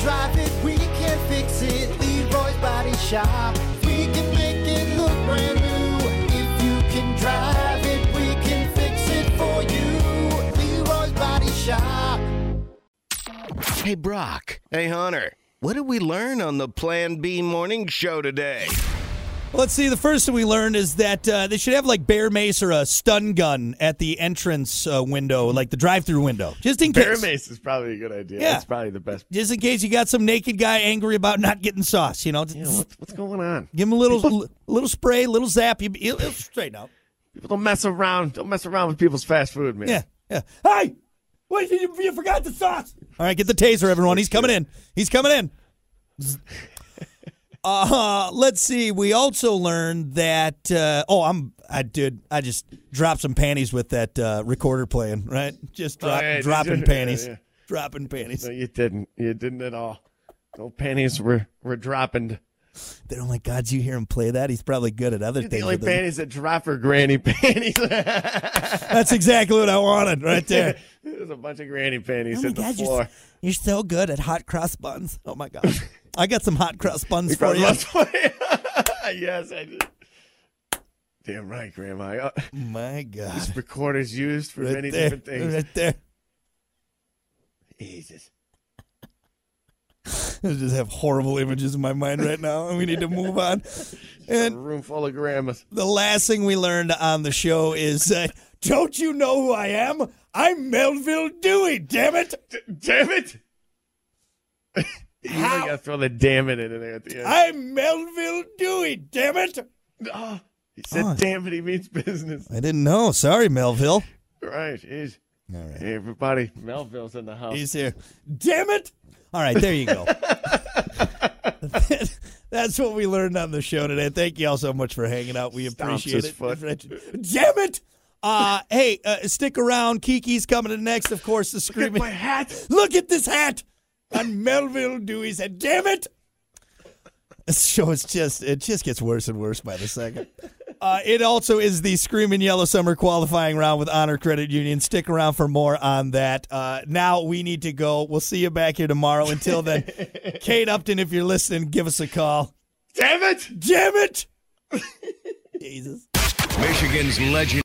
drive it, we can fix it. Leroy's Body Shop. We can make it look brand new. If you can drive it, we can fix it for you. Leroy's Body Shop. Hey, Brock, Hey, Hunter, what did we learn on the Plan B morning show today? Let's see. The first thing we learned is that uh, they should have like Bear Mace or a stun gun at the entrance uh, window, like the drive-through window, just in Bear case. mace is probably a good idea. Yeah. It's probably the best. Just in case you got some naked guy angry about not getting sauce, you know, Yeah, what's, what's going on? give him a little, l- little spray, little zap. You, will he'll straighten out. People don't mess around. Don't mess around with people's fast food, man. Yeah, yeah. Hey, what did you, you forgot the sauce? All right, get the taser, everyone. He's coming in. He's coming in. Uh, let's see. We also learned that. Uh, oh, I'm. I did. I just dropped some panties with that uh, recorder playing. Right, just drop, Oh, yeah, dropping yeah, panties, yeah. dropping panties. No, you didn't. You didn't at all. No panties were, were dropping. They don't like gods. You hear him play that? He's probably good at other The things. only with them. panties that drop are granny panties. That's exactly what I wanted right there. There's a bunch of granny panties Oh my hit the God, floor. you're, you're so good at hot cross buns. Oh my gosh. I got some hot cross buns for Probably you. left for you. yes, I did. Damn right, Grandma. Uh, My God. This recorder's used for many there, different things. Right there. Jesus. I just have horrible images in my mind right now, and we need to move on. A And room full of grandmas. the last thing we learned on the show is uh, don't you know who I am? I'm Melville Dewey, damn it. D- damn it! you really gotta throw the damn it in there at the end. I'm Melville Dewey, damn it. Oh, he said Oh. damn it, he means business. I didn't know. Sorry, Melville. Right, is All right. hey, everybody. Melville's in the house. He's here. Damn it! All right, there you go. That's what we learned on the show today. Thank you all so much for hanging out. We appreciate his it. foot. Damn it! Uh, hey, uh, stick around. Kiki's coming in next. Of course, the Get screaming. my hat. Look at this hat on Melville Dewey said, damn it. This show is just it just gets worse and worse by the second. Uh, it also is the Screaming Yellow Summer qualifying round with Honor Credit Union. Stick around for more on that. Uh, now we need to go. We'll see you back here tomorrow. Until then, Kate Upton, if you're listening, give us a call. Damn it! Damn it! Jesus. Michigan's legend.